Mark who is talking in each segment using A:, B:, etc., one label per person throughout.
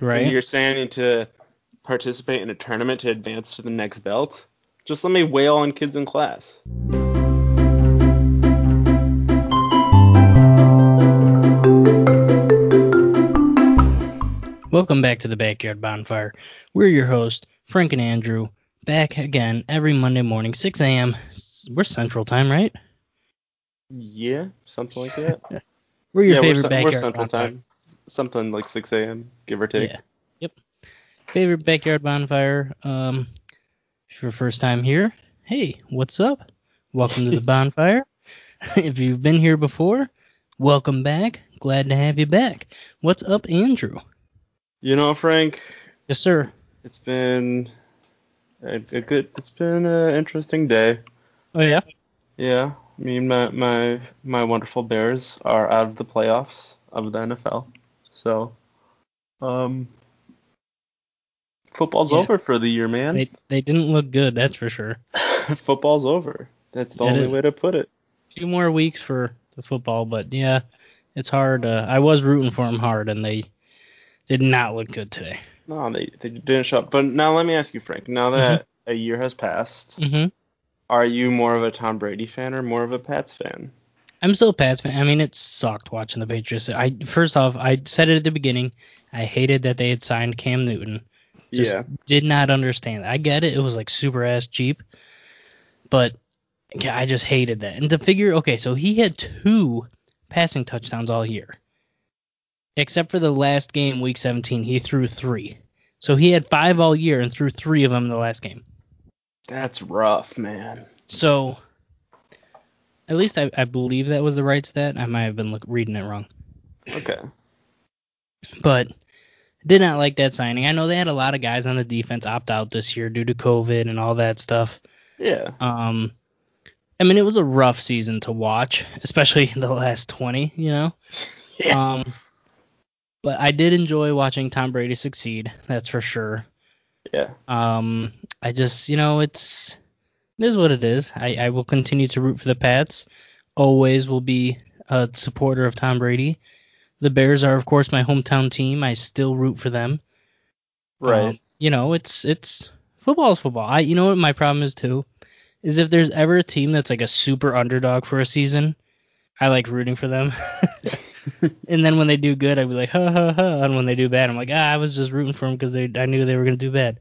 A: Right. And you're saying to participate in a tournament to advance to the next belt. Just let me wail on kids in class.
B: Welcome back to the Backyard Bonfire. We're your host, Frank and Andrew, back again every Monday morning, 6 a.m. We're Central Time, right?
A: Yeah, something like that.
B: we're your
A: yeah,
B: favorite
A: we're, ce-
B: backyard
A: we're Central
B: bonfire.
A: Time. Something like 6 a.m., give or take.
B: Yeah. Yep. Favorite backyard bonfire. Um, if your first time here, hey, what's up? Welcome to the bonfire. if you've been here before, welcome back. Glad to have you back. What's up, Andrew?
A: You know, Frank,
B: Yes, sir.
A: it's been a, a good, it's been an interesting day.
B: Oh yeah.
A: Yeah, me and my, my my wonderful Bears are out of the playoffs of the NFL. So, um, football's
B: Yeah.
A: over for the year, man.
B: They they didn't look good, that's for sure.
A: football's over. That's the
B: It
A: only
B: is.
A: way to put it.
B: Two more weeks for the football, but yeah, it's hard. Uh, I was rooting for them hard, and they did not look good today.
A: No, they they didn't show up. But now let me ask you, Frank. Now that a year has passed,
B: Mm-hmm.
A: are you more of a Tom Brady fan or more of a Pats fan?
B: I'm still a Pats fan. I mean, it sucked watching the Patriots. I first off, I said it at the beginning. I hated that they had signed Cam Newton. Just
A: yeah.
B: Did not understand. I get it. It was like super ass cheap, but okay, I just hated that. And to figure, okay, so he had two passing touchdowns all year, except for the last game, Week 17. He threw three. So he had five all year and threw three of them in the last game.
A: That's rough, man.
B: So, at least I, I believe that was the right stat. I might have been look, reading it wrong.
A: Okay.
B: but did not like that signing. I know they had a lot of guys on the defense opt out this year due to COVID and all that stuff.
A: Yeah.
B: Um, I mean, it was a rough season to watch, especially the last 20, you know?
A: Yeah.
B: Um, but I did enjoy watching Tom Brady succeed, that's for sure.
A: yeah.
B: Um, I just, you know, it's it is what it is. I, I will continue to root for the Pats. Always will be a supporter of Tom Brady. The Bears are, of course, my hometown team. I still root for them.
A: Right.
B: Um, you know, it's it's football is football. I you know what my problem is too is if there's ever a team that's like a super underdog for a season, I like rooting for them. and then when they do good, I'd be like ha ha ha, and when they do bad, I'm like ah, I was just rooting for them because they I knew they were gonna do bad.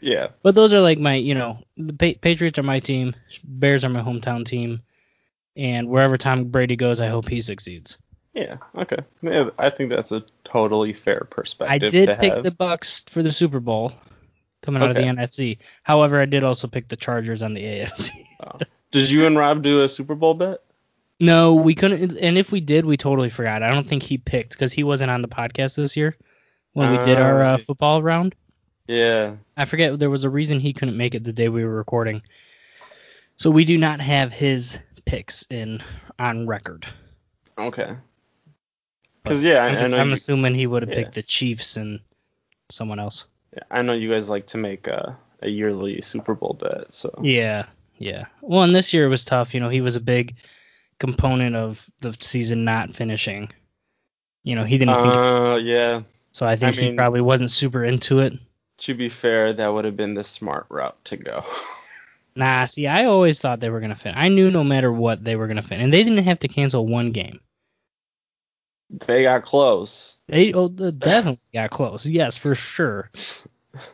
A: yeah.
B: But those are like my, you know, the pa- Patriots are my team, Bears are my hometown team, and wherever Tom Brady goes, I hope he succeeds.
A: Yeah. Okay. Yeah, I think that's a totally fair
B: I
A: perspective
B: did
A: to
B: pick
A: have.
B: the Bucks for the Super Bowl coming out
A: Okay.
B: of the NFC. However, I did also pick the Chargers on the AFC.
A: Did you and Rob do a Super Bowl bet?
B: no, we couldn't and if we did, we totally forgot. I don't think he picked cuz he wasn't on the podcast this year when we did
A: Ah,
B: our uh,
A: okay.
B: football round.
A: Yeah.
B: I forget there was a reason he couldn't make it the day we were recording. So we do not have his picks in on record.
A: Okay. Because yeah,
B: I'm,
A: I, I
B: just-
A: know
B: I'm
A: you,
B: assuming he would have
A: yeah.
B: picked the Chiefs and someone else.
A: I know you guys like to make a, a yearly Super Bowl bet. So
B: Yeah, yeah. Well, and this year was tough. You know, he was a big component of the season not finishing. You know, he didn't think
A: Uh, yeah.
B: so. I think
A: mean-
B: he probably wasn't super into it.
A: To be fair, that would have been the smart route to go.
B: Nah, see, I always thought they were gonna fin. I knew no matter what they were gonna fin, and they didn't have to cancel one game.
A: they got close.
B: They oh, they definitely got close. Yes, for sure.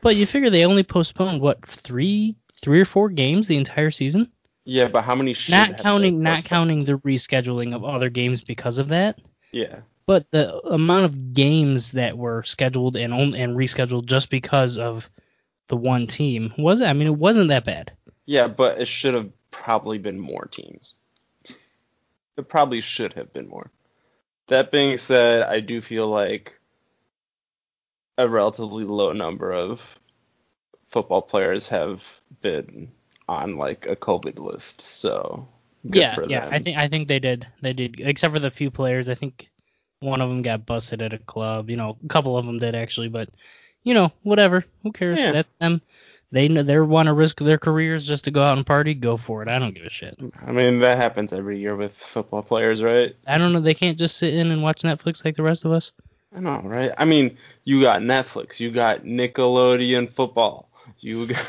B: But you figure they only postponed what three, three or four games the entire season.
A: Yeah, but how many should have
B: not
A: they
B: counting not
A: postponed?
B: counting the rescheduling of other games because of that
A: Yeah.
B: but the amount of games that were scheduled and on, and rescheduled just because of the one team was i mean it wasn't that bad
A: Yeah, but it should have probably been more teams. It probably should have been more. That being said, I do feel like a relatively low number of football players have been on like a COVID list. So good
B: yeah
A: for
B: yeah
A: them.
B: i think i think they did they did except for the few players i think one of them got busted at a club you know a couple of them did actually but you know whatever who cares
A: Yeah.
B: that's them they know they want to risk their careers just to go out and party go for it i don't give a shit
A: I mean that happens every year with football players, right?
B: i don't know they can't just sit in and watch netflix like the rest of us
A: I know, right? I mean, you got Netflix, you got Nickelodeon football, you. Got...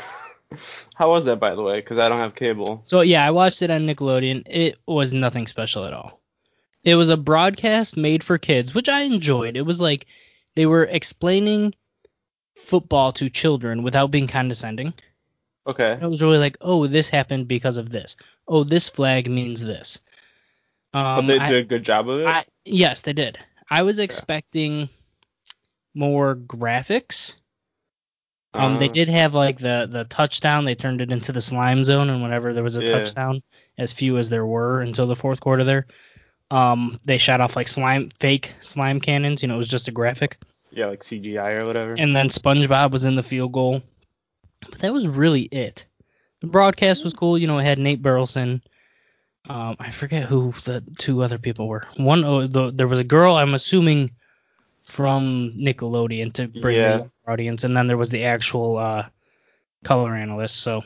A: How was that, by the way? Because I don't have cable.
B: So yeah, I watched it on Nickelodeon. It was nothing special at all. It was a broadcast made for kids, which I enjoyed. It was like they were explaining football to children without being condescending.
A: Okay.
B: And it was really like, oh, this happened because of this. Oh, this flag means this.
A: But
B: Um,
A: Oh, they
B: I-
A: did a good job of it.
B: I, yes, they did. I was expecting more graphics. Um, they
A: Uh,
B: did have like the the touchdown. They turned it into the slime zone, and whenever there was a
A: Yeah.
B: touchdown, as few as there were until the fourth quarter there, um, they shot off like slime fake slime cannons. You know, it was just a graphic.
A: Yeah, like CGI or whatever.
B: And then SpongeBob was in the field goal, but that was really it. The broadcast was cool. You know, it had Nate Burleson. Um, I forget who the two other people were. One, oh, the, there was a girl. I'm assuming from Nickelodeon to bring in
A: Yeah.
B: the audience, and then there was the actual uh, color analyst. So,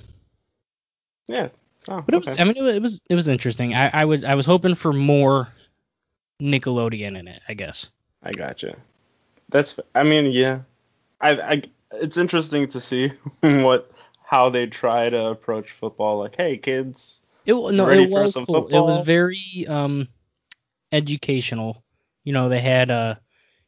A: yeah. Oh,
B: but it was.
A: okay.
B: I mean, it was, it was it was interesting. I, I was I was hoping for more Nickelodeon in it. I guess.
A: I gotcha. That's. I mean, yeah. I. I it's interesting to see what how they try to approach football. Like, hey, kids.
B: It wa- no,
A: Ready
B: it
A: for
B: was
A: some
B: cool. It
A: football?
B: was very um educational. You know, they had uh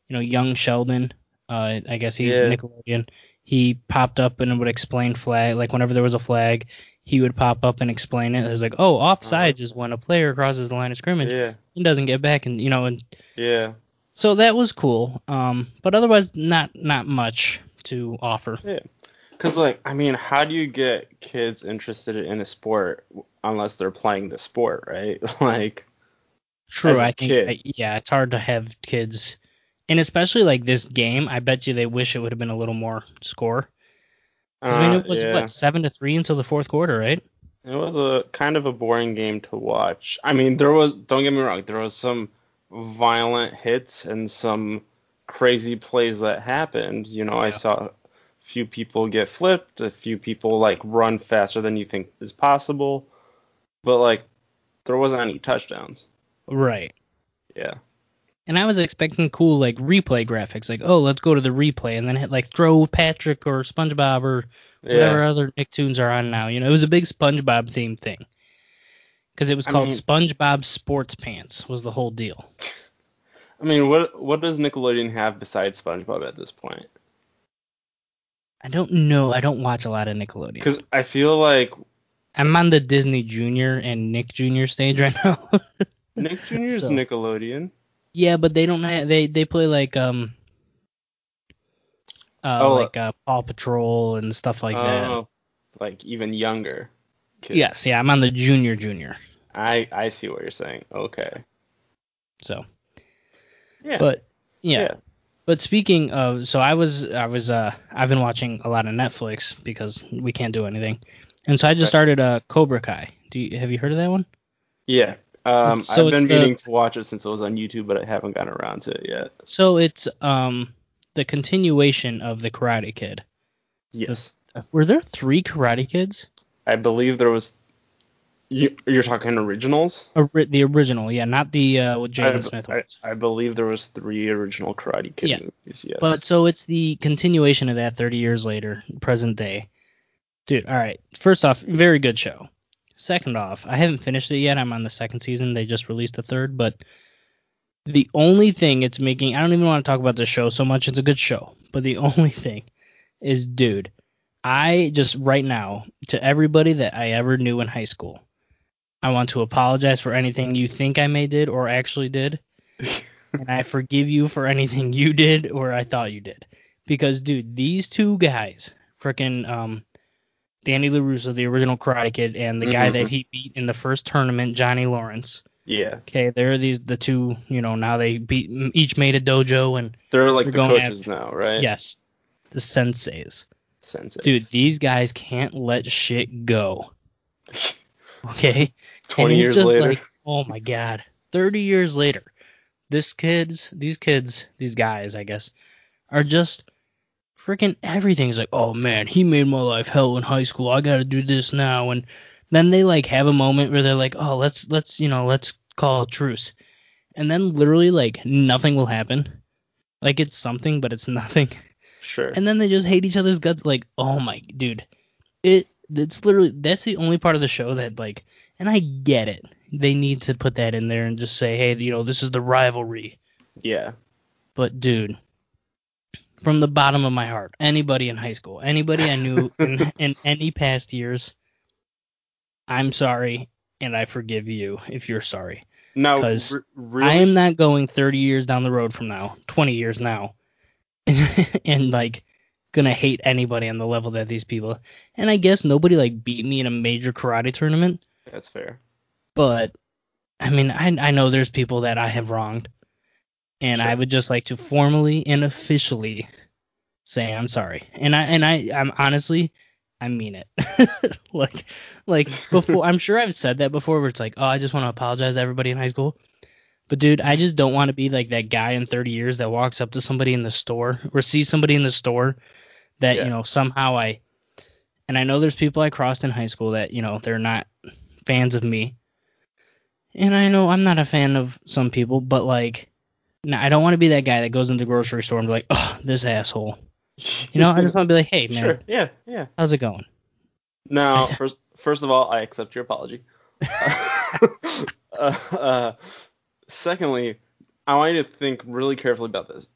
B: you know young Sheldon. Uh, I guess he's
A: Yeah.
B: Nickelodeon. He popped up and would explain flag. Like whenever there was a flag, he would pop up and explain it. It was like, oh, offsides is when a player crosses the line of scrimmage
A: Yeah.
B: and doesn't get back, and you know, and
A: Yeah.
B: so that was cool. Um, but otherwise, not not much to offer.
A: Because, like, I mean, how do you get kids interested in a sport unless they're playing the sport, right? like,
B: True,
A: as a
B: I think
A: kid.
B: I- yeah, it's hard to have kids, and especially like this game. I bet you they wish it would have been a little more score. 'Cause, I mean,
A: uh,
B: it was
A: yeah.
B: what seven to three until the fourth quarter, right?
A: It was a kind of a boring game to watch. I mean, there was don't get me wrong, there was some violent hits and some crazy plays that happened. You know, I
B: Yeah.
A: saw a few people get flipped, a few people like run faster than you think is possible, but like there wasn't any touchdowns.
B: Right.
A: Yeah.
B: And I was expecting cool like replay graphics, like oh, let's go to the replay and then hit like throw Patrick or SpongeBob or whatever
A: Yeah.
B: other Nicktoons are on now. You know, it was a big SpongeBob themed thing because it was
A: I
B: called
A: mean-
B: SpongeBob Sports Pants was the whole deal.
A: I mean, what what does Nickelodeon have besides SpongeBob at this point?
B: I don't know. I don't watch a lot of Nickelodeon.
A: Cuz I feel like
B: I'm on the Disney Junior and Nick Junior stage right now.
A: Nick Jr.'s
B: So-
A: Nickelodeon.
B: yeah, but they don't have they they play like um uh
A: Oh, uh,
B: like uh Paw Patrol and stuff like that.
A: Oh, like even younger. kids.
B: Yes, yeah, I'm on the Junior Junior.
A: I I see what you're saying. Okay.
B: So,
A: Yeah.
B: but yeah.
A: Yeah.
B: But speaking of, so I was I was uh I've been watching a lot of Netflix because we can't do anything, and so I just
A: Right.
B: started uh Cobra Kai. Do you have you heard of that one?
A: yeah. Um,
B: So
A: I've been
B: it's the-
A: meaning to watch it since it was on YouTube, but I haven't gotten around to it yet.
B: So it's um the continuation of the Karate Kid.
A: Yes.
B: Were there three Karate Kids?
A: I believe there was. You, you're talking originals.
B: Ori- the original, yeah, not the uh, with
A: I,
B: Jaden Smith
A: I,
B: ones.
A: I believe there was three original Karate Kid
B: Yeah.
A: movies. Yes.
B: But so it's the continuation of that 30 years later, present day. Dude, all right. First off, very good show. Second off, I haven't finished it yet. I'm on the second season. They just released the third, but the only thing it's making I don't even want to talk about the show so much. It's a good show, but the only thing is, dude, I just right now to everybody that I ever knew in high school, I want to apologize for anything you think I may did or actually did. and I forgive you for anything you did or I thought you did. Because dude, these two guys, frickin' um Danny LaRusso, the original Karate Kid, and the guy that
A: Mhm.
B: he beat in the first tournament, Johnny Lawrence.
A: yeah,
B: Okay, there are these the two, you know, now they beat each made a dojo and
A: they're like
B: We're
A: the
B: going
A: coaches now, right?
B: yes, the senseis.
A: Sensei.
B: Dude, these guys can't let shit go. Okay?
A: Twenty
B: And you
A: years
B: just,
A: later.
B: like, oh my god, thirty years later, this kids, these kids, these guys, I guess, are just freaking everything's like, oh man, he made my life hell in high school. I got to do this now, and then they like have a moment where they're like, oh, let's let's you know let's call a truce, and then literally like nothing will happen. Like it's something, but it's nothing.
A: Sure.
B: And then they just hate each other's guts. Like, oh my dude, it it's literally that's the only part of the show that like, and I get it. They need to put that in there and just say, hey, you know, this is the rivalry.
A: yeah.
B: But dude, from the bottom of my heart, anybody in high school, anybody I knew in, in any past years, I'm sorry, and I forgive you if you're sorry.
A: Now,
B: 'Cause
A: re- really,
B: I am not going 30 years down the road from now, 20 years now, and like gonna hate anybody on the level that these people. And I guess nobody like beat me in a major karate tournament,
A: that's fair.
B: but I mean, I I know there's people that I have wronged, and I
A: Sure.
B: would just like to formally and officially say I'm sorry. And I and I I'm honestly I mean it. like like before I'm sure I've said that before where it's like, "Oh, I just want to apologize to everybody in high school." But dude, I just don't want to be like that guy in 30 years that walks up to somebody in the store or sees somebody in the store that,
A: Yeah.
B: you know, somehow I and I know there's people I crossed in high school that, you know, they're not fans of me. And I know I'm not a fan of some people, but like no, I don't want to be that guy that goes into the grocery store and be like, "Oh, this asshole." You know, I just want to be like, "Hey, man,
A: sure. Yeah, yeah.
B: how's it going?"
A: Now, first, first of all, I accept your apology. uh, uh, secondly, I want you to think really carefully about this.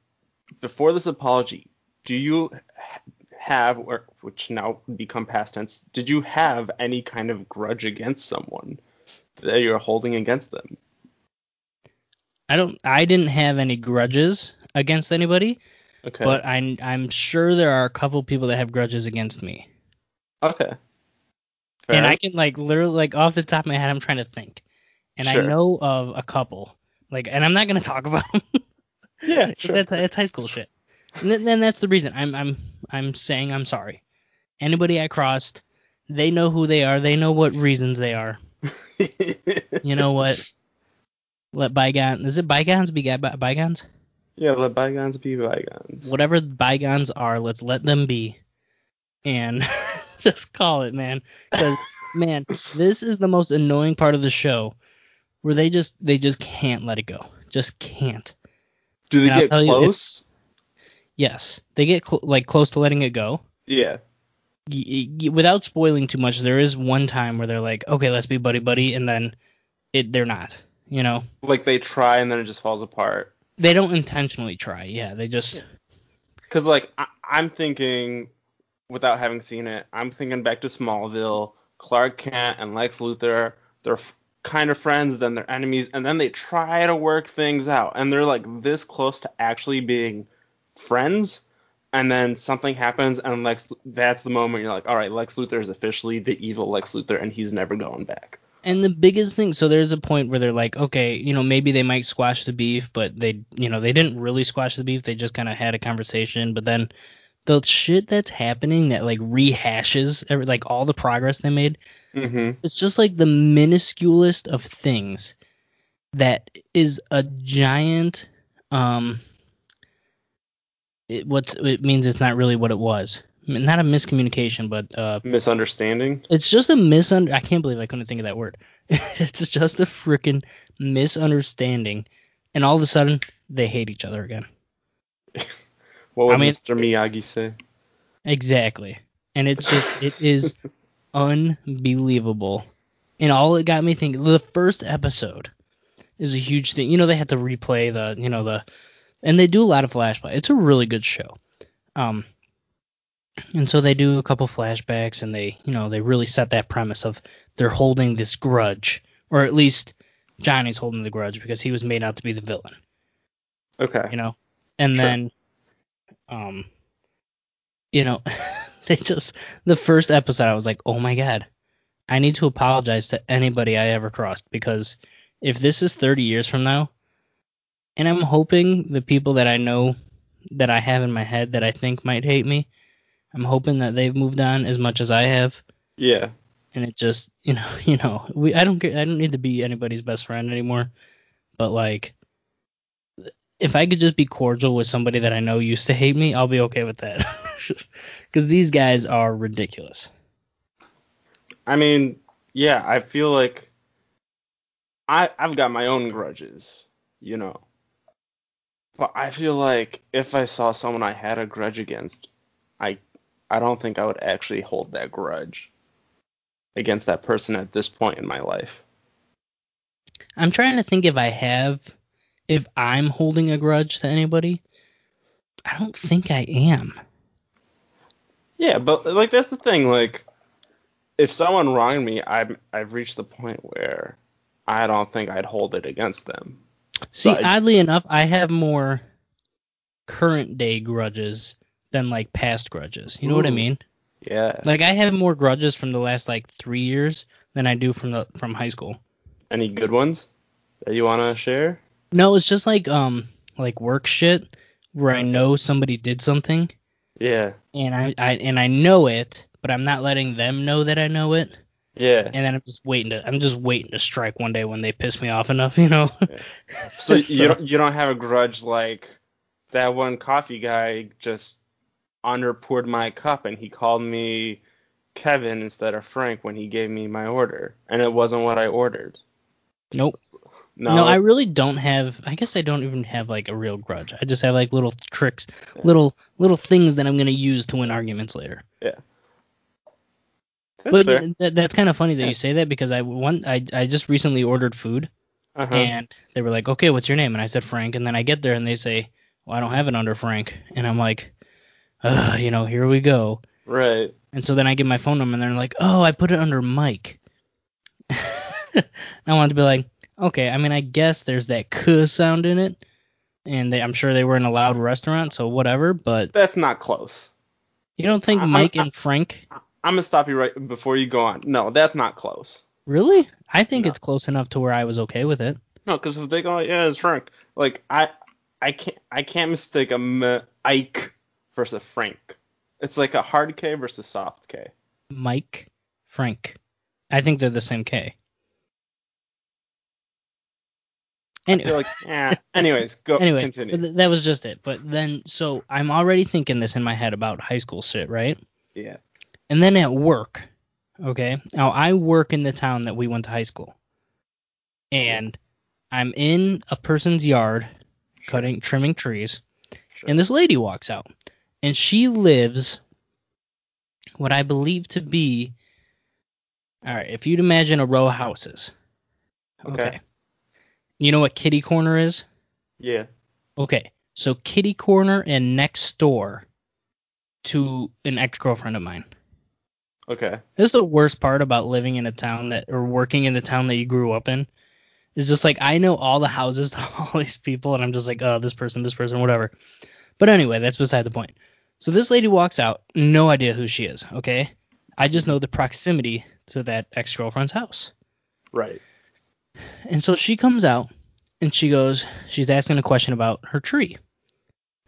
A: Before this apology, do you ha- have, or which now would become past tense, did you have any kind of grudge against someone that you're holding against them?
B: I don't. I didn't have any grudges against anybody,
A: Okay.
B: but I, I'm sure there are a couple people that have grudges against me.
A: okay.
B: And
A: Fair.
B: I can like literally like off the top of my head, I'm trying to think, and I
A: Sure.
B: know of a couple. Like, and I'm not gonna talk about them.
A: yeah, sure.
B: That's that's high school shit. And then, then that's the reason I'm I'm I'm saying I'm sorry. Anybody I crossed, they know who they are. They know what reasons they are. You know what? Let bygones is it bygones be ga- by- bygones?
A: yeah, let bygones be bygones.
B: Whatever bygones are, let's let them be, and just call it, man. Because man, this is the most annoying part of the show, where they just they just can't let it go. Just can't.
A: Do they
B: and I'll
A: get
B: tell you,
A: close?
B: Yes, they get cl- like close to letting it go.
A: Yeah.
B: y- y- without spoiling too much, there is one time where they're like, okay, let's be buddy buddy, and then it they're not. You know,
A: Like they try and then it just falls apart.
B: they don't intentionally try. Yeah, they just
A: Because like I- I'm thinking, without having seen it, I'm thinking back to Smallville. Clark Kent and Lex Luthor, they're f- kind of friends, then they're enemies, and then they try to work things out, and they're like this close to actually being friends, and then something happens, and Lex, that's the moment you're like, all right, Lex Luthor is officially the evil Lex Luthor, and he's never going back.
B: and the biggest thing. So there's a point where they're like, okay, you know, maybe they might squash the beef, but they, you know, they didn't really squash the beef. They just kind of had a conversation, but then the shit that's happening that like rehashes every, like all the progress they made
A: Mm-hmm.
B: it's just like the minusculest of things that is a giant um it, what it means it's not really what it was I mean, not a miscommunication but uh
A: Misunderstanding.
B: it's just a misunder I can't believe I couldn't think of that word it's just a freaking misunderstanding and all of a sudden they hate each other again
A: What would
B: I mean-
A: Mr. Miyagi say?
B: Exactly. And it's just it is unbelievable. And all it got me thinking the first episode is a huge thing. You know, they had to replay the you know the and they do a lot of flashback. It's a really good show. Um and so they do a couple flashbacks and they you know they really set that premise of they're holding this grudge. Or at least Johnny's holding the grudge because he was made out to be the villain
A: Okay.
B: you know and
A: Sure.
B: then um you know they just the first episode i was like oh my god i need to apologize to anybody i ever crossed because if this is 30 years from now and i'm hoping the people that i know that i have in my head that i think might hate me i'm hoping that they've moved on as much as i have
A: Yeah.
B: and it just you know you know we I don't get I don't need to be anybody's best friend anymore, but like if I could just be cordial with somebody that I know used to hate me, I'll be okay with that. Cuz these guys are ridiculous.
A: I mean, yeah, I feel like I I've got my own grudges, you know. But I feel like if I saw someone I had a grudge against, I I don't think I would actually hold that grudge against that person at this point in my life.
B: I'm trying to think if I have, if I'm holding a grudge to anybody. I don't think I am.
A: Yeah, but like that's the thing. Like, if someone wronged me, I've I've reached the point where I don't think I'd hold it against them.
B: See,
A: But I-
B: oddly enough, I have more current day grudges than like past grudges. You know what I
A: Ooh.
B: mean?
A: Yeah.
B: Like I have more grudges from the last like three years than I do from the from high school.
A: Any good ones that you wanna share?
B: No, it's just like um like work shit where I know somebody did something
A: Yeah.
B: and I, I and I know it, but I'm not letting them know that I know it.
A: Yeah.
B: And then I'm just waiting to I'm just waiting to strike one day when they piss me off enough, you know.
A: So you don't you don't have a grudge like that one coffee guy just under poured my cup and he called me Kevin instead of Frank when he gave me my order and it wasn't what I ordered.
B: Nope.
A: No,
B: No, I really don't have. I guess I don't even have like a real grudge. I just have like little tricks, little little things that I'm gonna use to win arguments later.
A: that's
B: but
A: fair.
B: That, that's kind of funny that
A: Yeah.
B: you say that because I one I I just recently ordered food
A: Uh-huh.
B: and they were like, okay, what's your name? And I said Frank, and then I get there and they say, well, I don't have it under Frank, and I'm like, Ugh, you know, here we go.
A: Right.
B: And so then I give my phone number and they're like, oh, I put it under Mike. and I wanted to be like, okay, I mean, I guess there's that kuh sound in it. And they, I'm sure they were in a loud restaurant, so whatever. But
A: That's not close.
B: you don't think
A: I- I-
B: Mike
A: I-
B: and Frank
A: I'm gonna stop you right before you go on. No, that's not close.
B: really? I think
A: No.
B: it's close enough to where I was okay with it.
A: No, because if they go, yeah, it's Frank. Like I, I can't, I can't mistake a M- Ike versus Frank. It's like a hard K versus soft K.
B: Mike, Frank. I think they're the same K.
A: I feel like, eh. Anyways, go
B: anyway,
A: continue.
B: th- that was just it. But then, so I'm already thinking this in my head about high school shit, right?
A: yeah.
B: And then at work, okay? Now I work in the town that we went to high school. And I'm in a person's yard cutting trimming trees,
A: Sure.
B: and this lady walks out. And she lives what I believe to be All right, if you'd imagine a row of houses.
A: Okay.
B: You know what kitty corner is?
A: yeah.
B: Okay. So kitty corner and next door to an ex-girlfriend of mine.
A: Okay.
B: This is the worst part about living in a town that or working in the town that you grew up in. It's just like I know all the houses to all these people and I'm just like, oh, this person, this person, whatever. But anyway, that's beside the point. So this lady walks out, no idea who she is, okay? I just know the proximity to that ex-girlfriend's house.
A: Right.
B: And so she comes out and she goes, she's asking a question about her tree.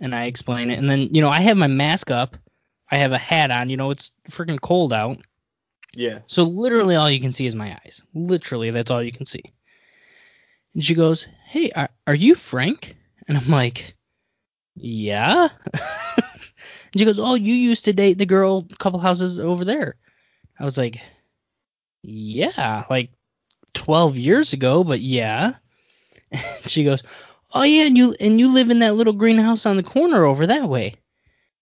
B: And I explain it. And then, you know, I have my mask up. I have a hat on. You know, it's freaking cold out.
A: Yeah.
B: So literally all you can see is my eyes. Literally, that's all you can see. And she goes, "Hey, are, are you Frank?" And I'm like, "Yeah." and she goes, "Oh, you used to date the girl a couple houses over there." I was like, "Yeah, like 12 years ago, but yeah." And she goes, "Oh yeah, and you and you live in that little greenhouse on the corner over that way."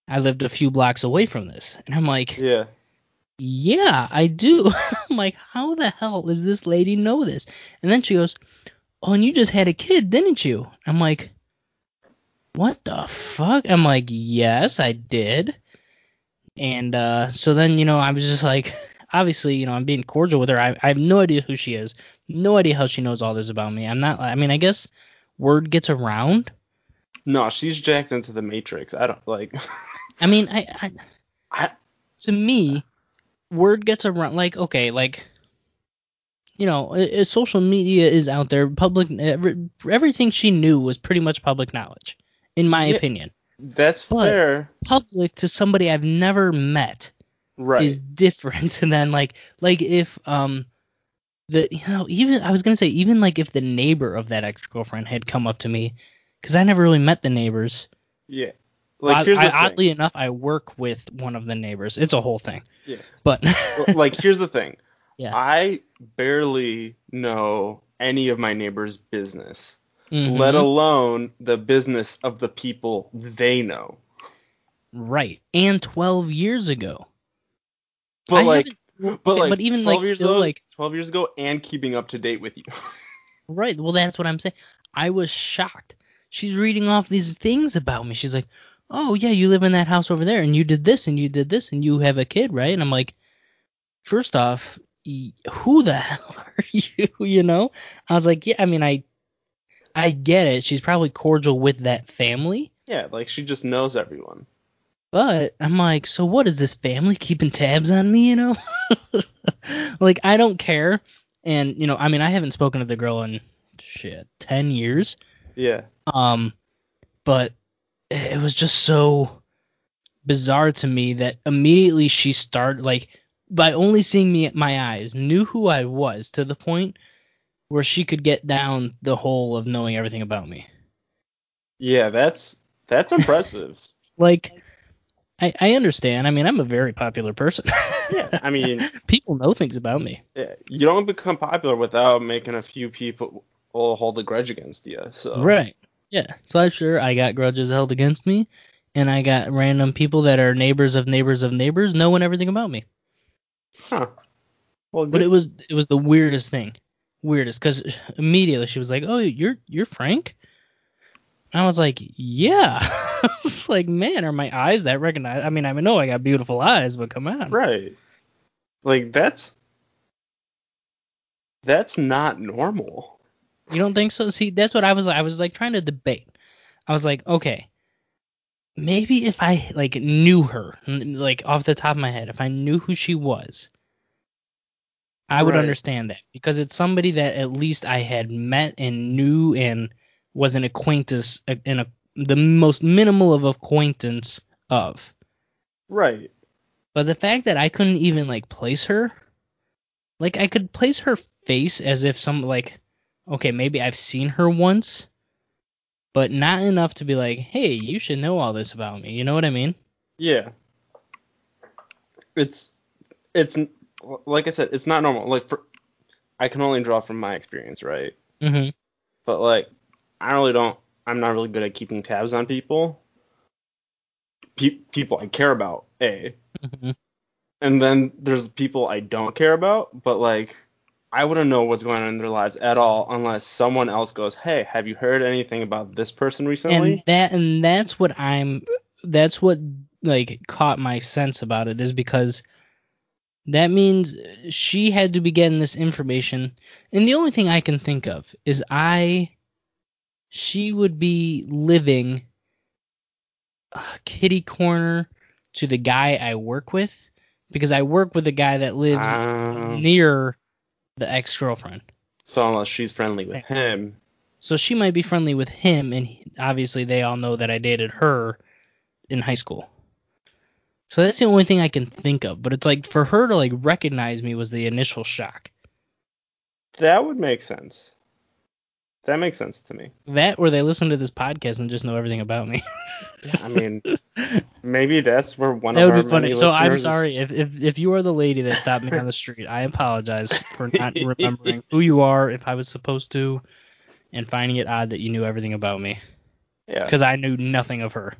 B: I lived a few blocks away from this, and I'm like,
A: Yeah.
B: yeah, I do. I'm like, how the hell does this lady know this? And then she goes, Oh, and you just had a kid, didn't you? I'm like, What the fuck? I'm like, Yes, I did. And uh, so then, you know, I was just like, obviously, you know, I'm being cordial with her. I, I have no idea who she is, no idea how she knows all this about me. I'm not, I mean, I guess word gets around.
A: No, she's jacked into the Matrix. I don't like.
B: I mean, I, I
A: I,
B: to me, word gets around. Like, okay, like, you know, i i- social media is out there. Public, every, everything she knew was pretty much public knowledge, in my
A: Yeah.
B: opinion.
A: that's
B: But-
A: fair.
B: Public to somebody I've never met
A: Right.
B: is different than like, like if um, the you know even I was gonna say even like if the neighbor of that ex girlfriend had come up to me, because I never really met the neighbors.
A: yeah. Like
B: I-
A: here's
B: I-
A: the thing.
B: oddly enough, I work with one of the neighbors. It's a whole thing.
A: Yeah.
B: But
A: Well, like here's the thing.
B: Yeah.
A: I barely know any of my neighbors' business.
B: Mhm.
A: let alone the business of the people they know.
B: right. And 12 years ago.
A: But
B: I
A: like, but
B: okay,
A: like,
B: but even,
A: 12
B: like,
A: years
B: still,
A: ago,
B: like-
A: 12 years ago, and keeping up to date with you.
B: Right. Well, that's what I'm saying. I was shocked. She's reading off these things about me. She's like, "Oh yeah, you live in that house over there, and you did this, and you did this, and you have a kid, right?" And I'm like, first off, y- who the hell are you? You know? I was like, yeah. I mean, I, I get it. She's probably cordial with that family,
A: yeah, like she just knows everyone.
B: but I'm like, so what is this family keeping tabs on me? You know? like I don't care. And you know, I mean, I haven't spoken to the girl in shit ten years.
A: Yeah.
B: Um, but it was just so bizarre to me that immediately she started like by only seeing me at my eyes knew who I was to the point where she could get down the hole of knowing everything about me.
A: Yeah, that's that's impressive.
B: Like I, I understand. I mean, I'm a very popular person.
A: yeah, I mean,
B: People know things about me.
A: yeah, you don't become popular without making a few people all hold a grudge against you. So
B: Right. Yeah. So I'm sure I got grudges held against me, and I got random people that are neighbors of neighbors of neighbors knowing everything about me.
A: Huh. Well,
B: But
A: good-
B: it was it was the weirdest thing, weirdest, because immediately she was like, "Oh, you're you're Frank," and I was like, "Yeah." It's like, man, are my eyes that recognized? I mean, I know I got beautiful eyes, but come on,
A: right. Like that's that's not normal.
B: you don't think so? See, that's what I was. I was like trying to debate. I was like, okay, maybe if I like knew her, n- like off the top of my head, if I knew who she was, I would
A: Right.
B: understand that because it's somebody that at least I had met and knew and was an acquaintance a- in a the most minimal of acquaintance of.
A: Right.
B: But the fact that I couldn't even like place her, like I could place her face as if some like, okay, maybe I've seen her once, but not enough to be like, hey, you should know all this about me. You know what I mean?
A: Yeah. It's it's n- like I said, it's not normal. Like for I can only draw from my experience, right?
B: Mm-hmm.
A: But like I really don't I'm not really good at keeping tabs on people. Pe- people I care about, A.
B: Mhm.
A: And then there's people I don't care about, but like I wouldn't know what's going on in their lives at all unless someone else goes, "Hey, have you heard anything about this person recently?"
B: And that and that's what I'm. That's what like caught my sense about it is because that means she had to be getting this information. And the only thing I can think of is I. She would be living uh, kitty corner to the guy I work with because I work with a guy that lives
A: Ah.
B: near the ex girlfriend.
A: so unless she's friendly with him,
B: So she might be friendly with him, and he, obviously they all know that I dated her in high school. So that's the only thing I can think of. But it's like for her to like recognize me was the initial shock.
A: that would make sense. That makes sense to me.
B: That or they listen to this podcast and just know everything about me.
A: I mean, maybe that's where one
B: that
A: of our
B: would be funny.
A: many
B: So I'm
A: listeners is-
B: sorry if, if if you are the lady that stopped me on the street, I apologize for not remembering who you are if I was supposed to, and finding it odd that you knew everything about me
A: Yeah,
B: because I knew nothing of her.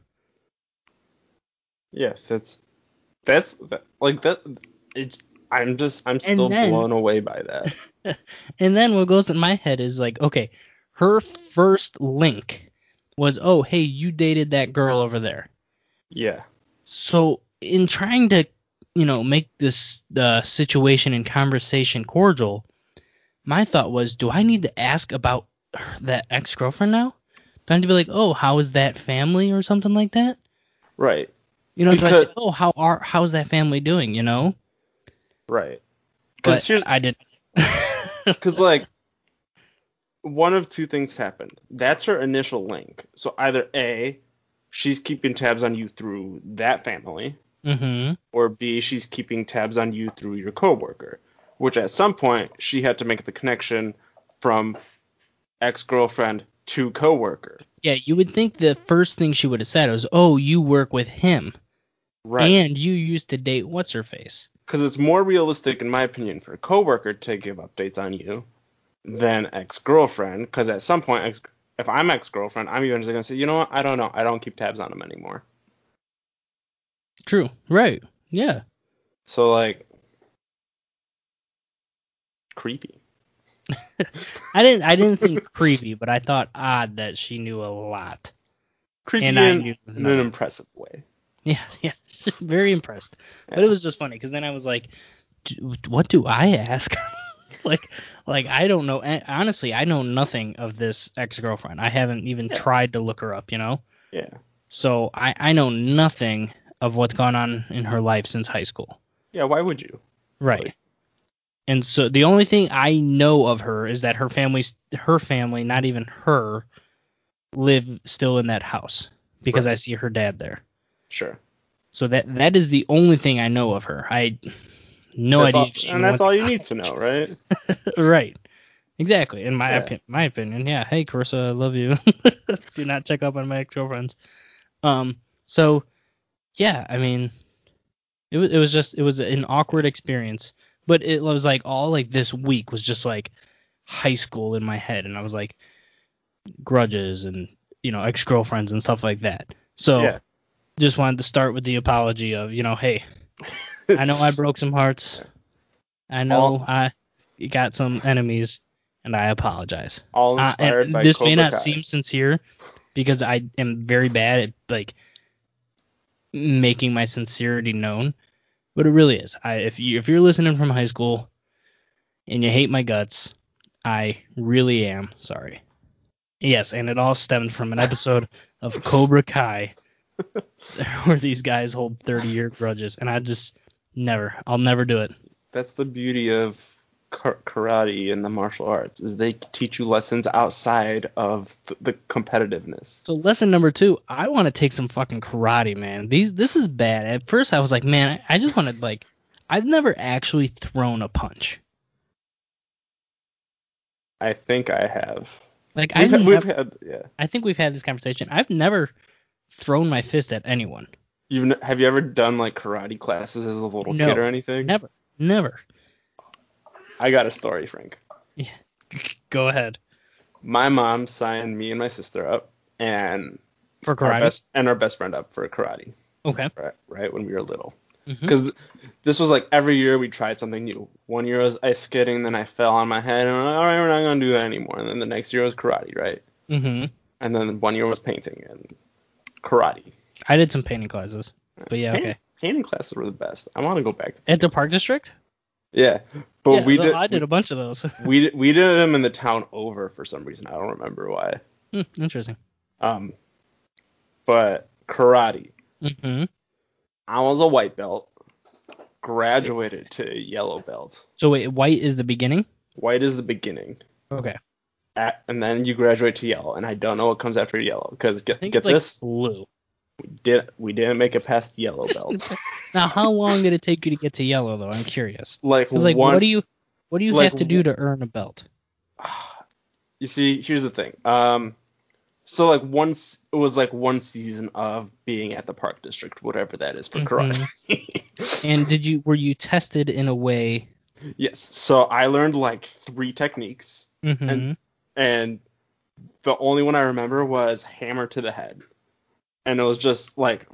A: yeah, that's that's that, like that. It, I'm just I'm still
B: then-
A: blown away by that.
B: And then what goes in my head is like, okay, her first link was, oh, hey, you dated that girl over there.
A: Yeah,
B: So in trying to, you know, make this uh, situation and conversation cordial, my thought was, do I need to ask about her- that ex girlfriend now? Do I need to be like, oh, how is that family or something like that?
A: right,
B: You know, do I say,
A: Because-
B: oh, how are how's that family doing? You know,
A: right.
B: but
A: Because here's
B: I didn't.
A: Because like one of two things happened. That's her initial link. So either A, she's keeping tabs on you through that family,
B: hmm
A: or B, she's keeping tabs on you through your coworker. Which at some point she had to make the connection from ex-girlfriend to coworker.
B: Yeah, you would think the first thing she would have said was, "Oh, you work with him,
A: Right.
B: and you used to date what's her face."
A: Because it's more realistic, in my opinion, for a coworker to give updates on you than ex-girlfriend. Because at some point, ex- if I'm ex girlfriend, I'm eventually gonna say, you know what? I don't know. I don't keep tabs on him anymore.
B: True. Right. Yeah.
A: So like, creepy.
B: I didn't. I didn't think creepy, but I thought odd that she knew a lot.
A: Creepy
B: And I
A: in,
B: knew
A: in an
B: nothing.
A: impressive way.
B: Yeah. Yeah. Very impressed. But it was just funny because then I was like, "D- what do I ask? like, like I don't know. and Honestly, I know nothing of this ex girlfriend. I haven't even
A: Yeah.
B: tried to look her up. You know.
A: Yeah.
B: So I I know nothing of what's gone on in her life since high school.
A: Yeah. Why would you?
B: Right.
A: Like-
B: and so the only thing I know of her is that her family's her family, not even her, live still in that house because I see her dad there.
A: Sure.
B: So that that is the only thing I know of her. I no
A: That's
B: idea.
A: all-
B: if she
A: and that's
B: went-
A: all you need to know, right?
B: right. Exactly. In my
A: Yeah.
B: opi- my opinion, yeah. Hey, Carissa, I love you. Do not check up on my ex girlfriends. Um. So, yeah. I mean, it was it was just it was an awkward experience, but it was like all like this week was just like high school in my head, and I was like grudges and you know ex girlfriends and stuff like that. So
A: Yeah.
B: just wanted to start with the apology of you know hey I know I broke some hearts. I know
A: All-
B: I got some enemies, and I apologize.
A: all
B: Uh,
A: inspired
B: and
A: by
B: this
A: Cobra
B: may not
A: Kai.
B: seem sincere because I am very bad at like making my sincerity known, but it really is. I if you if you're listening from high school and you hate my guts, I really am sorry. Yes, and it all stemmed from an episode of Cobra Kai where these guys hold 30 year grudges, and I just never, I'll never do it.
A: That's the beauty of kar- karate and the martial arts is they teach you lessons outside of th- the competitiveness.
B: So lesson number two, I want to take some fucking karate, man. These this is bad. At first, I was like, man, I, I just want to like, I've never actually thrown a punch.
A: I think I have.
B: Like I,
A: We've, had, we've
B: have
A: had yeah.
B: I think we've had this conversation. I've never thrown my fist at anyone.
A: You've n- have you ever done like karate classes as a little
B: No.
A: kid or anything?
B: Never, never.
A: I got a story, Frank.
B: Go ahead
A: My mom signed me and my sister up and
B: for
A: our
B: karate.
A: best and our best friend up for karate,
B: Okay.
A: right, right when we were little.
B: Mhm.
A: because this was like every year we tried something new. One year was ice skating, then I fell on my head, and we're like, all right, we're not gonna do that anymore. And then the next year was karate, right?
B: Mhm.
A: And then one year was painting and karate.
B: I did some painting classes, but yeah,
A: Painting,
B: okay.
A: painting classes were the best. I want to go back to.
B: At the park district.
A: Yeah, but
B: yeah,
A: we
B: well,
A: did.
B: I did a bunch of those.
A: We did, we did them in the town over for some reason. I don't remember why.
B: Hmm, Interesting.
A: Um, but karate.
B: hmm
A: I was a white belt. Graduated to yellow belt.
B: So wait, white is the beginning.
A: White is the beginning.
B: Okay.
A: at, and then you graduate to yellow, and I don't know what comes after yellow because
B: I
A: get,
B: think
A: get
B: it's like
A: this,
B: blue.
A: did we didn't make it past yellow belt.
B: Now, how long did it take you to get to yellow, though? I'm curious.
A: like
B: 'Cause, like,
A: one,
B: what do you what do you
A: like,
B: have to do to earn a belt?
A: you see, here's the thing. Um, so like once it was like one season of being at the park district, whatever that is for karate.
B: And did you were you tested in a way?
A: yes, so I learned like three techniques,
B: Mhm.
A: And- and the only one I remember was hammer to the head, and it was just like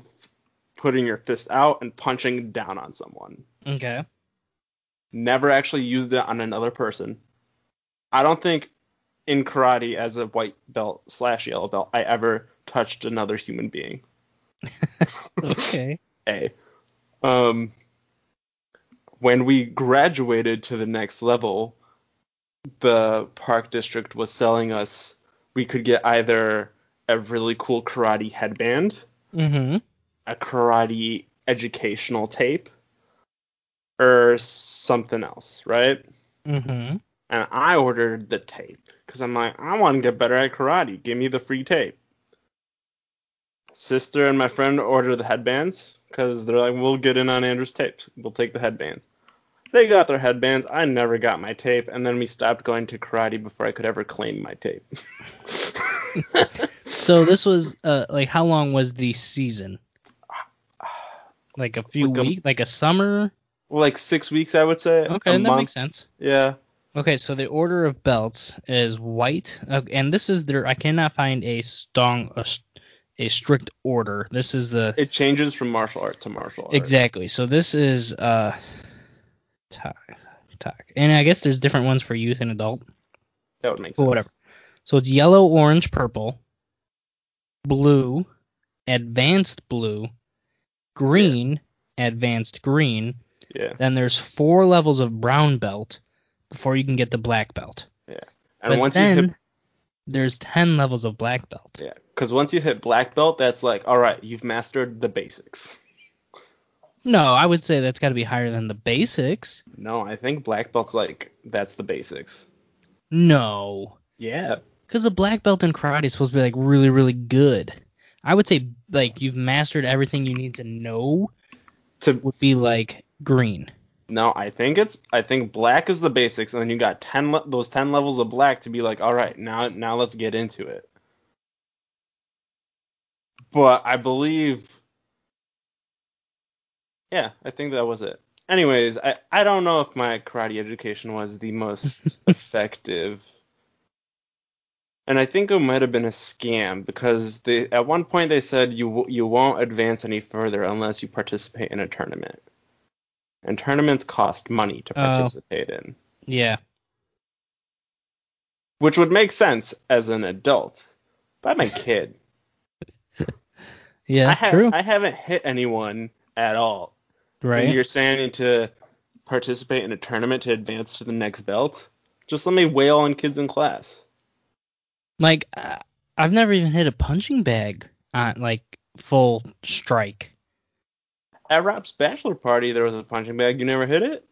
A: putting your fist out and punching down on someone.
B: okay.
A: never actually used it on another person. I don't think in karate as a white belt slash yellow belt I ever touched another human being.
B: Okay.
A: A. Um, when we graduated to the next level, the park district was selling us we could get either a really cool karate headband,
B: hmm
A: a karate educational tape, or something else, right?
B: hmm
A: and I ordered the tape because I'm like, I want to get better at karate. Give me the free tape. Sister and my friend ordered the headbands because they're like, we'll get in on Andrew's tape. We'll take the headbands. They got their headbands. I never got my tape, and then we stopped going to karate before I could ever claim my tape.
B: So this was uh like how long was the season? Like a few
A: Like a-
B: weeks, like a summer.
A: like six weeks, I would say.
B: Okay,
A: a
B: that
A: month.
B: makes sense.
A: Yeah.
B: Okay, so the order of belts is white, uh, and this is their. I cannot find a strong, a, s- a strict order. This is the
A: It changes from martial art to martial art.
B: exactly. So this is uh, talk, talk, and I guess there's different ones for youth and adult.
A: That would make sense.
B: Well, whatever. So it's yellow, orange, purple, blue, advanced blue, green, advanced green.
A: Yeah.
B: Then there's four levels of brown belt before you can get the black belt.
A: And
B: but
A: once
B: then
A: you hit
B: there's ten levels of black belt.
A: yeah, because once you hit black belt, that's like all right, you've mastered the basics.
B: No, I would say that's got to be higher than the basics.
A: No, I think black belt's like that's the basics.
B: No,
A: Yeah.
B: because a black belt in karate is supposed to be like really, really good. I would say like you've mastered everything you need to know
A: To
B: would be like green.
A: No, I think it's I think black is the basics, and then you got ten le- those ten levels of black to be like, all right, now now let's get into it. But I believe, yeah, I think that was it. Anyways, I I don't know if my karate education was the most effective, and I think it might have been a scam because they at one point they said you w- you won't advance any further unless you participate in a tournament. And tournaments cost money to
B: Oh.
A: participate in.
B: Yeah.
A: Which would make sense as an adult. But I'm a kid.
B: Yeah,
A: I, ha-
B: true.
A: I haven't hit anyone at all. And
B: right.
A: you're saying I need to participate in a tournament to advance to the next belt? Just let me wail on kids in class.
B: Like uh, I've never even hit a punching bag on like full strike.
A: At Rob's bachelor party, there was a punching bag. You never hit it?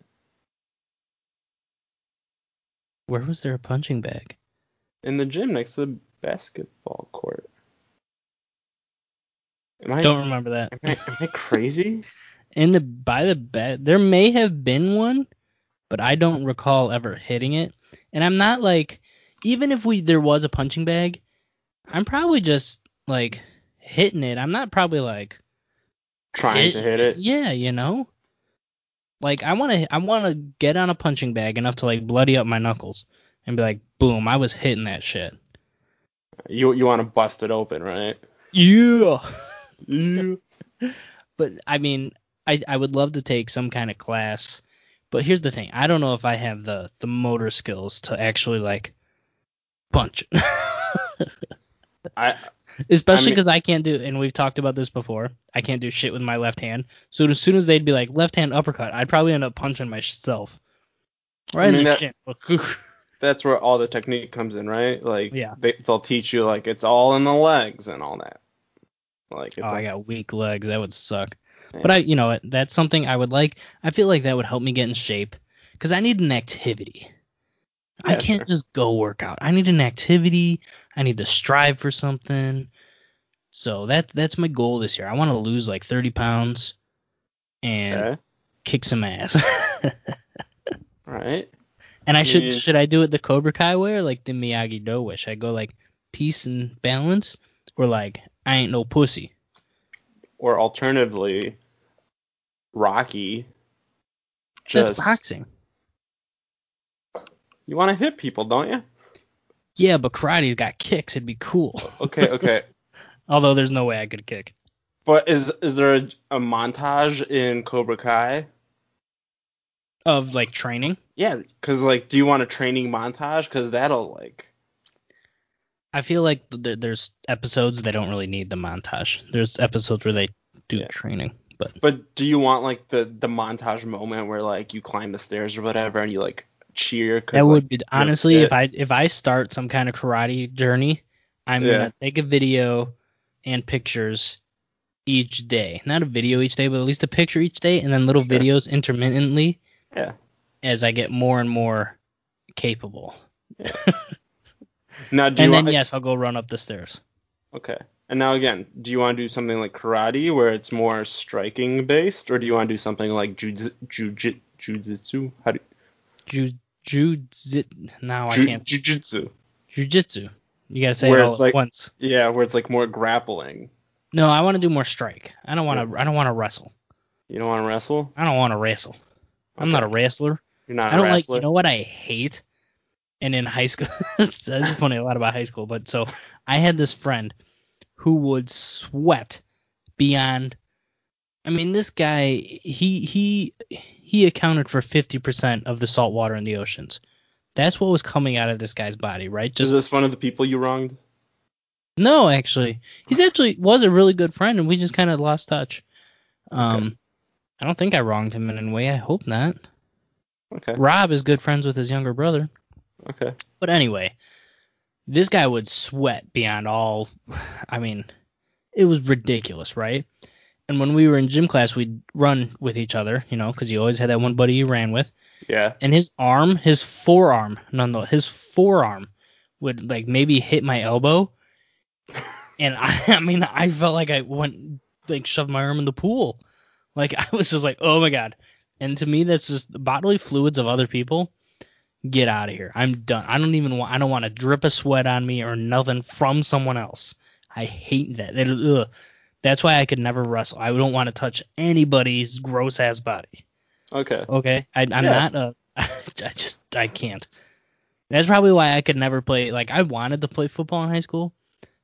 B: Where was there a punching bag?
A: In the gym next to the basketball court. Am I,
B: Don't remember that.
A: am I, am I crazy?
B: in the by the bed there may have been one but i don't recall ever hitting it and i'm not like even if we there was a punching bag i'm probably just like hitting it i'm not probably like
A: Trying to hit it?
B: yeah you know like i want to i want to get on a punching bag enough to like bloody up my knuckles and be like boom i was hitting that shit
A: You, you want to bust it open, right?
B: yeah
A: You.
B: but I mean, I I would love to take some kind of class. But here's the thing: I don't know if I have the the motor skills to actually like punch,
A: I,
B: especially
A: mean-
B: because I can't do. And we've talked about this before. I can't do shit with my left hand. So as soon as they'd be like left hand uppercut, I'd probably end up punching myself. Right
A: I
B: in
A: mean,
B: the
A: that-
B: shin.
A: that's where all the technique comes in, right? Like
B: Yeah.
A: they, they'll teach you like it's all in the legs and all that. Like it's
B: oh, I
A: like,
B: got weak legs. That would suck.
A: Yeah.
B: But I, you know, what, that's something I would like. I feel like that would help me get in shape because I need an activity. I
A: Yeah,
B: can't
A: sure.
B: just go work out. I need an activity. I need to strive for something. So that that's my goal this year. I want to lose like 30 pounds and
A: okay,
B: kick some ass.
A: all right.
B: and I should
A: Yeah.
B: should I do it the Cobra Kai way or like the Miyagi Do way? Should I go like peace and balance or like I ain't no pussy?
A: Or alternatively, Rocky.
B: That's
A: Just
B: boxing.
A: you want to hit people, don't you?
B: Yeah, but karate's got kicks. It'd be cool.
A: Okay, okay.
B: Although there's no way I could kick.
A: but is is there a, a montage in Cobra Kai?
B: Of like training.
A: Yeah, because like, do you want a training montage? Because that'll like,
B: I feel like th- there- there's episodes they don't really need the montage. There's episodes where they do
A: Yeah.
B: training, but
A: but do you want like the the montage moment where like you climb the stairs or whatever and you like cheer? Cause,
B: that
A: like,
B: would be honestly
A: fit.
B: if I if I start some kind of karate journey, I'm
A: Yeah.
B: gonna take a video and pictures each day. Not a video each day, but at least a picture each day, and then little
A: Sure.
B: videos intermittently
A: yeah.
B: as I get more and more capable.
A: Now, do you
B: and then
A: want,
B: yes, I'll go run up the stairs.
A: Okay. And now again, do you want to do something like karate where it's more striking based, or do you want to do something like juji- juji- jujitsu? How do
B: Ju ju now Oh, I
A: ju-
B: can't
A: jujitsu?
B: jujitsu. You gotta say
A: Where
B: it all
A: it's
B: at
A: like-
B: once.
A: Yeah, where it's like more grappling.
B: No, I want to do more strike. I don't want to. I don't want to wrestle.
A: You don't want to wrestle?
B: I don't want to wrestle. I'm not a
A: Okay.
B: wrestler.
A: You're not
B: I don't
A: a wrestler.
B: like. You know what I hate? and in high school that's funny a lot about high school but so i had this friend who would sweat beyond i mean this guy he he he accounted for 50% of the salt water in the oceans that's what was coming out of this guy's body right
A: Is this one of the people you wronged?
B: no actually he's actually was a really good friend and we just kind of lost touch um
A: Okay.
B: i don't think i wronged him in any way i hope not
A: Okay.
B: rob is good friends with his younger brother
A: Okay.
B: But anyway, this guy would sweat beyond all. I mean, it was ridiculous, right? And when we were in gym class, we'd run with each other, you know, because you always had that one buddy you ran with.
A: Yeah.
B: And his arm, his forearm, none though, his forearm would like maybe hit my elbow. And I, I mean, I felt like I went like shoved my arm in the pool. Like I was just like, oh my god. And to me, that's just bodily fluids of other people. Get out of here. I'm done. I don't even want. I don't want to drip a sweat on me or nothing from someone else. I hate that. That- ugh. That's why I could never wrestle. I don't want to touch anybody's gross ass body.
A: Okay.
B: Okay, I, I'm
A: Yeah.
B: not a. I just I can't. That's probably why I could never play. Like I wanted to play football in high school,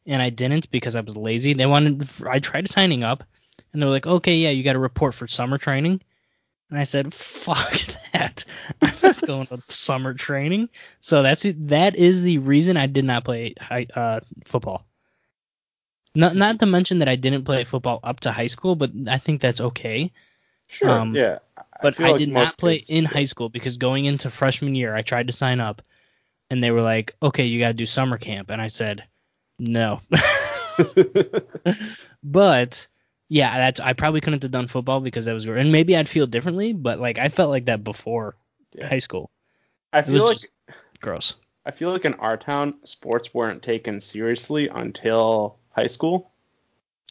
B: and I didn't because I was lazy. They wanted. I tried signing up, and they're like, "Okay, yeah, you got to report for summer training." And I said, "Fuck that! I'm not going to summer training." So that's it. that is the reason I did not play high, uh, football. Not not to mention that I didn't play football up to high school, but I think that's okay
A: Sure.
B: Um,
A: yeah.
B: but
A: feel
B: I,
A: like
B: did
A: most
B: not play
A: kids-
B: in high school because going into freshman year, I tried to sign up, and they were like, "Okay, you got to do summer camp," and I said, "No." but yeah, that's I probably couldn't have done football because that was weird, and maybe I'd feel differently. But like I felt like that before
A: Yeah.
B: high school.
A: I
B: was
A: feel like
B: just- Gross.
A: I feel like in our town sports weren't taken seriously until high school.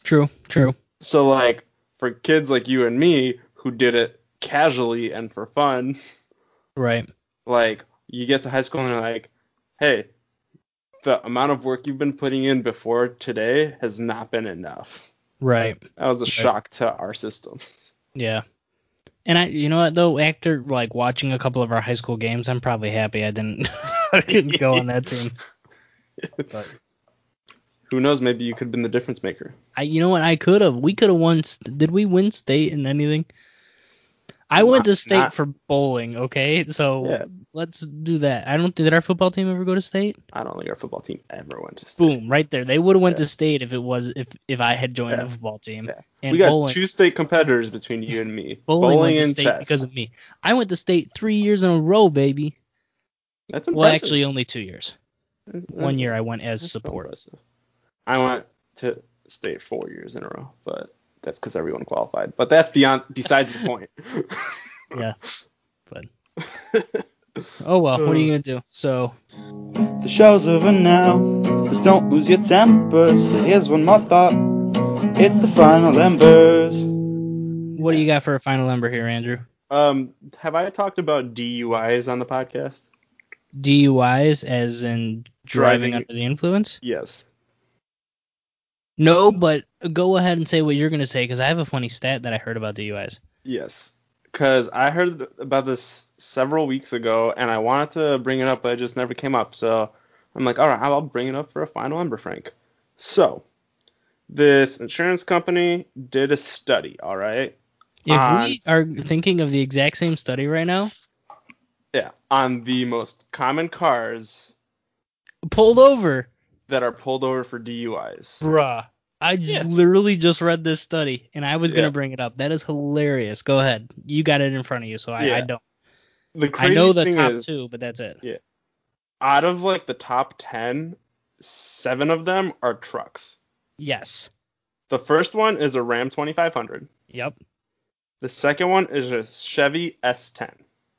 B: True. True.
A: So like for kids like you and me who did it casually and for fun,
B: Right.
A: like you get to high school and you're like, hey, the amount of work you've been putting in before today has not been enough.
B: Right.
A: That was a shock to our system.
B: Yeah. And I, you know what though, after like watching a couple of our high school games, I'm probably happy I didn't, I didn't go on that team.
A: Who knows? Maybe you could have been the difference maker.
B: I, you know what? I could have. We could have won. st- Did we win state in anything? I went to
A: Not-
B: state
A: not-
B: for bowling. Okay, so
A: Yeah.
B: let's do that. I don't. Did our football team ever go to state?
A: I don't think our football team ever went to state.
B: Boom! Right there. They would have went
A: Yeah.
B: to state if it was if if I had joined
A: Yeah.
B: the football team.
A: Yeah.
B: And
A: we got
B: bowling.
A: two state competitors between you and me:
B: bowling,
A: bowling,
B: went to
A: and
B: state
A: chess.
B: because of me. I went to state three years in a row, baby.
A: That's
B: Well,
A: impressive.
B: actually, only two years.
A: That's-
B: One year I went
A: that's
B: as
A: so
B: support.
A: impressive. I went to state four years in a row, but that's because everyone qualified. But that's beyond besides the point.
B: Yeah. But oh well, what are you gonna do? So
C: The show's over now, but don't lose your tempers. So here's one more thought. It's the final embers.
B: what do you got for a final number here, Andrew?
A: um, have I talked about DUIs on the podcast?
B: DUIs as in driving,
A: Driving-
B: under the influence?
A: Yes.
B: No, but go ahead and say what you're going to say because I have a funny stat that I heard about DUIs.
A: Yes. Because I heard about this several weeks ago, and I wanted to bring it up, but it just never came up. So I'm like, all right, I'll bring it up for a final number, Frank. So this insurance company did a study, all right?
B: If
A: On-
B: we are thinking of the exact same study right now,
A: Yeah. On the most common cars
B: pulled over,
A: that are pulled over for DUIs.
B: bruh. I j-
A: Yeah.
B: literally just read this study and I was going to
A: Yeah.
B: bring it up. That is hilarious. Go ahead. You got it in front of you, so I, I
A: Yeah.
B: don't.
A: The
B: I
A: crazy
B: know the
A: thing
B: top
A: is,
B: two, but that's it.
A: out of like the top 10, seven of them are trucks.
B: Yes.
A: The first one is a Ram 2500.
B: Yep.
A: The second one is a Chevy S10.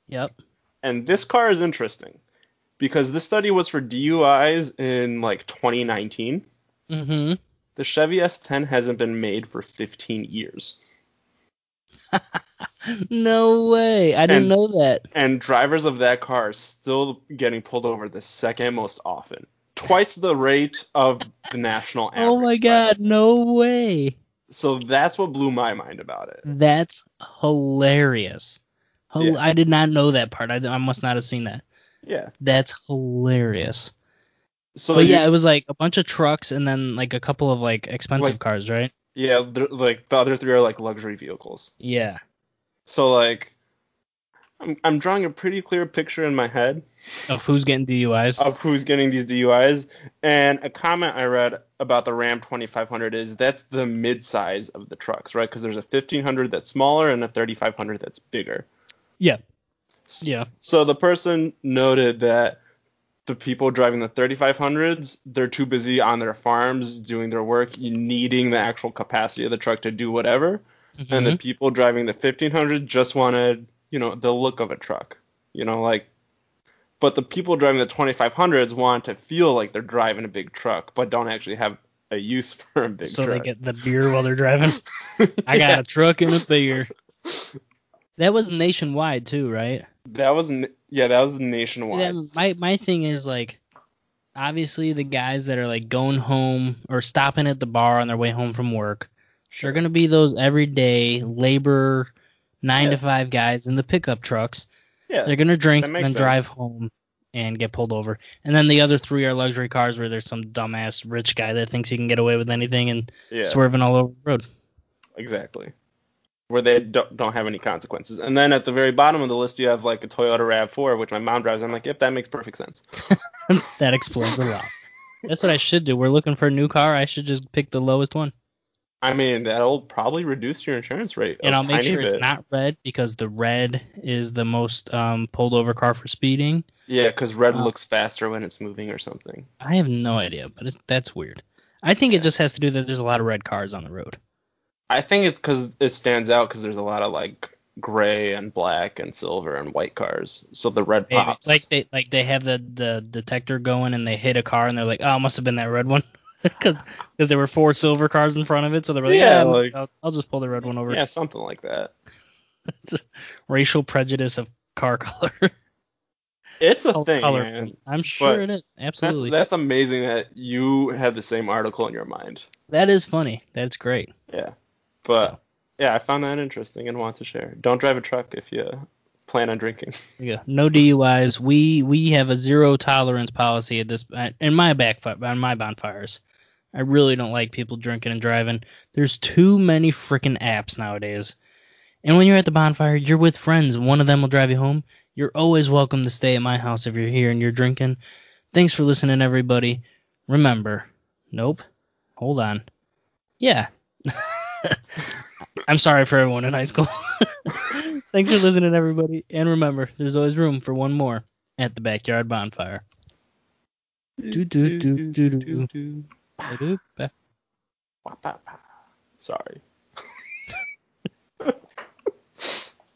B: Yep.
A: And this car is interesting because this study was for DUIs in like 2019.
B: Mm
A: The Chevy S10 hasn't been made for 15 years.
B: hmm. No way. I didn't
A: And-
B: know that.
A: And drivers of that car are still getting pulled over the second most often. Twice the rate of the national average.
B: Oh my god. No way.
A: So that's what blew my mind about it.
B: That's hilarious. Hil-
A: Yeah.
B: I did not know that part. I, I must not have seen that.
A: Yeah.
B: That's hilarious.
A: So
B: but
A: you-
B: yeah, it was like a bunch of trucks and then like a couple of like expensive
A: Like-
B: cars, right?
A: yeah, they're- like the other three are like luxury vehicles.
B: Yeah.
A: So like, I'm I'm drawing a pretty clear picture in my head
B: Of who's getting DUIs.
A: of who's getting these DUIs. And a comment I read about the Ram 2500 is that's the mid-size of the trucks, right? Because there's a 1500 that's smaller and a 3500 that's bigger.
B: Yeah. Yeah.
A: So the person noted that the people driving the 3500s, they're too busy on their farms doing their work, needing the actual capacity of the truck to do whatever. And the
B: Mhm.
A: people driving the 1500 just wanted, you know, the look of a truck. You know, like, but the people driving the 2500s want to feel like they're driving a big truck, but don't actually have a use for a big
B: so
A: truck.
B: they get the beer while they're driving. I got
A: Yeah.
B: a truck and a beer. That was nationwide too, right?
A: That was, n- yeah, that was nationwide.
B: Yeah, my my thing is like obviously the guys that are like going home or stopping at the bar on their way home from work, they're gonna be those everyday labor nine
A: Yeah.
B: to five guys in the pickup trucks.
A: yeah.
B: They're gonna drink
A: that
B: and
A: makes
B: then drive
A: sense.
B: home and get pulled over. And then the other three are luxury cars where there's some dumbass rich guy that thinks he can get away with anything and
A: yeah.
B: swerving all over the road.
A: Exactly. Where they don't, don't have any consequences. And then at the very bottom of the list, you have like a Toyota RAV4, which my mom drives. I'm like, yep, that makes perfect sense.
B: that explains a lot. That's what I should do. We're looking for a new car. I should just pick the lowest one.
A: I mean, that'll probably reduce your insurance rate.
B: and
A: a
B: I'll make
A: tiny
B: sure it's
A: bit.
B: not red because the red is the most um, pulled over car for speeding.
A: Yeah, because red
B: Uh,
A: looks faster when it's moving or something.
B: I have no idea, but it, that's weird. I think it just has to do that there's a lot of red cars on the road.
A: I think it's because it stands out because there's a lot of like gray and black and silver and white cars. So the red
B: Maybe.
A: pops.
B: Like they like they have the, the detector going and they hit a car and they're like, oh, must have been that red one. Because there were four silver cars in front of it, so they were like,
A: Yeah,
B: yeah,
A: like-
B: I'll, I'll just pull the red one over.
A: yeah, something like that.
B: Racial prejudice of car color.
A: It's a thing,
B: colorism.
A: man.
B: I'm sure
A: But
B: it is.
A: That's,
B: Absolutely.
A: that's amazing that you had the same article in your mind.
B: that is funny. That's great.
A: Yeah. But yeah, I found that interesting and want to share. Don't drive a truck if you plan on drinking.
B: Yeah, no DUIs. We we have a zero tolerance policy at this in my back on my bonfires. I really don't like people drinking and driving. There's too many freaking apps nowadays. And when you're at the bonfire, you're with friends, and one of them will drive you home. You're always welcome to stay at my house if you're here and you're drinking. Thanks for listening, everybody. Remember, nope. Hold on. Yeah. I'm sorry for everyone in high school. Thanks for listening, everybody. And remember, there's always room for one more at the backyard bonfire. Do, do, do, do, do.
A: Sorry.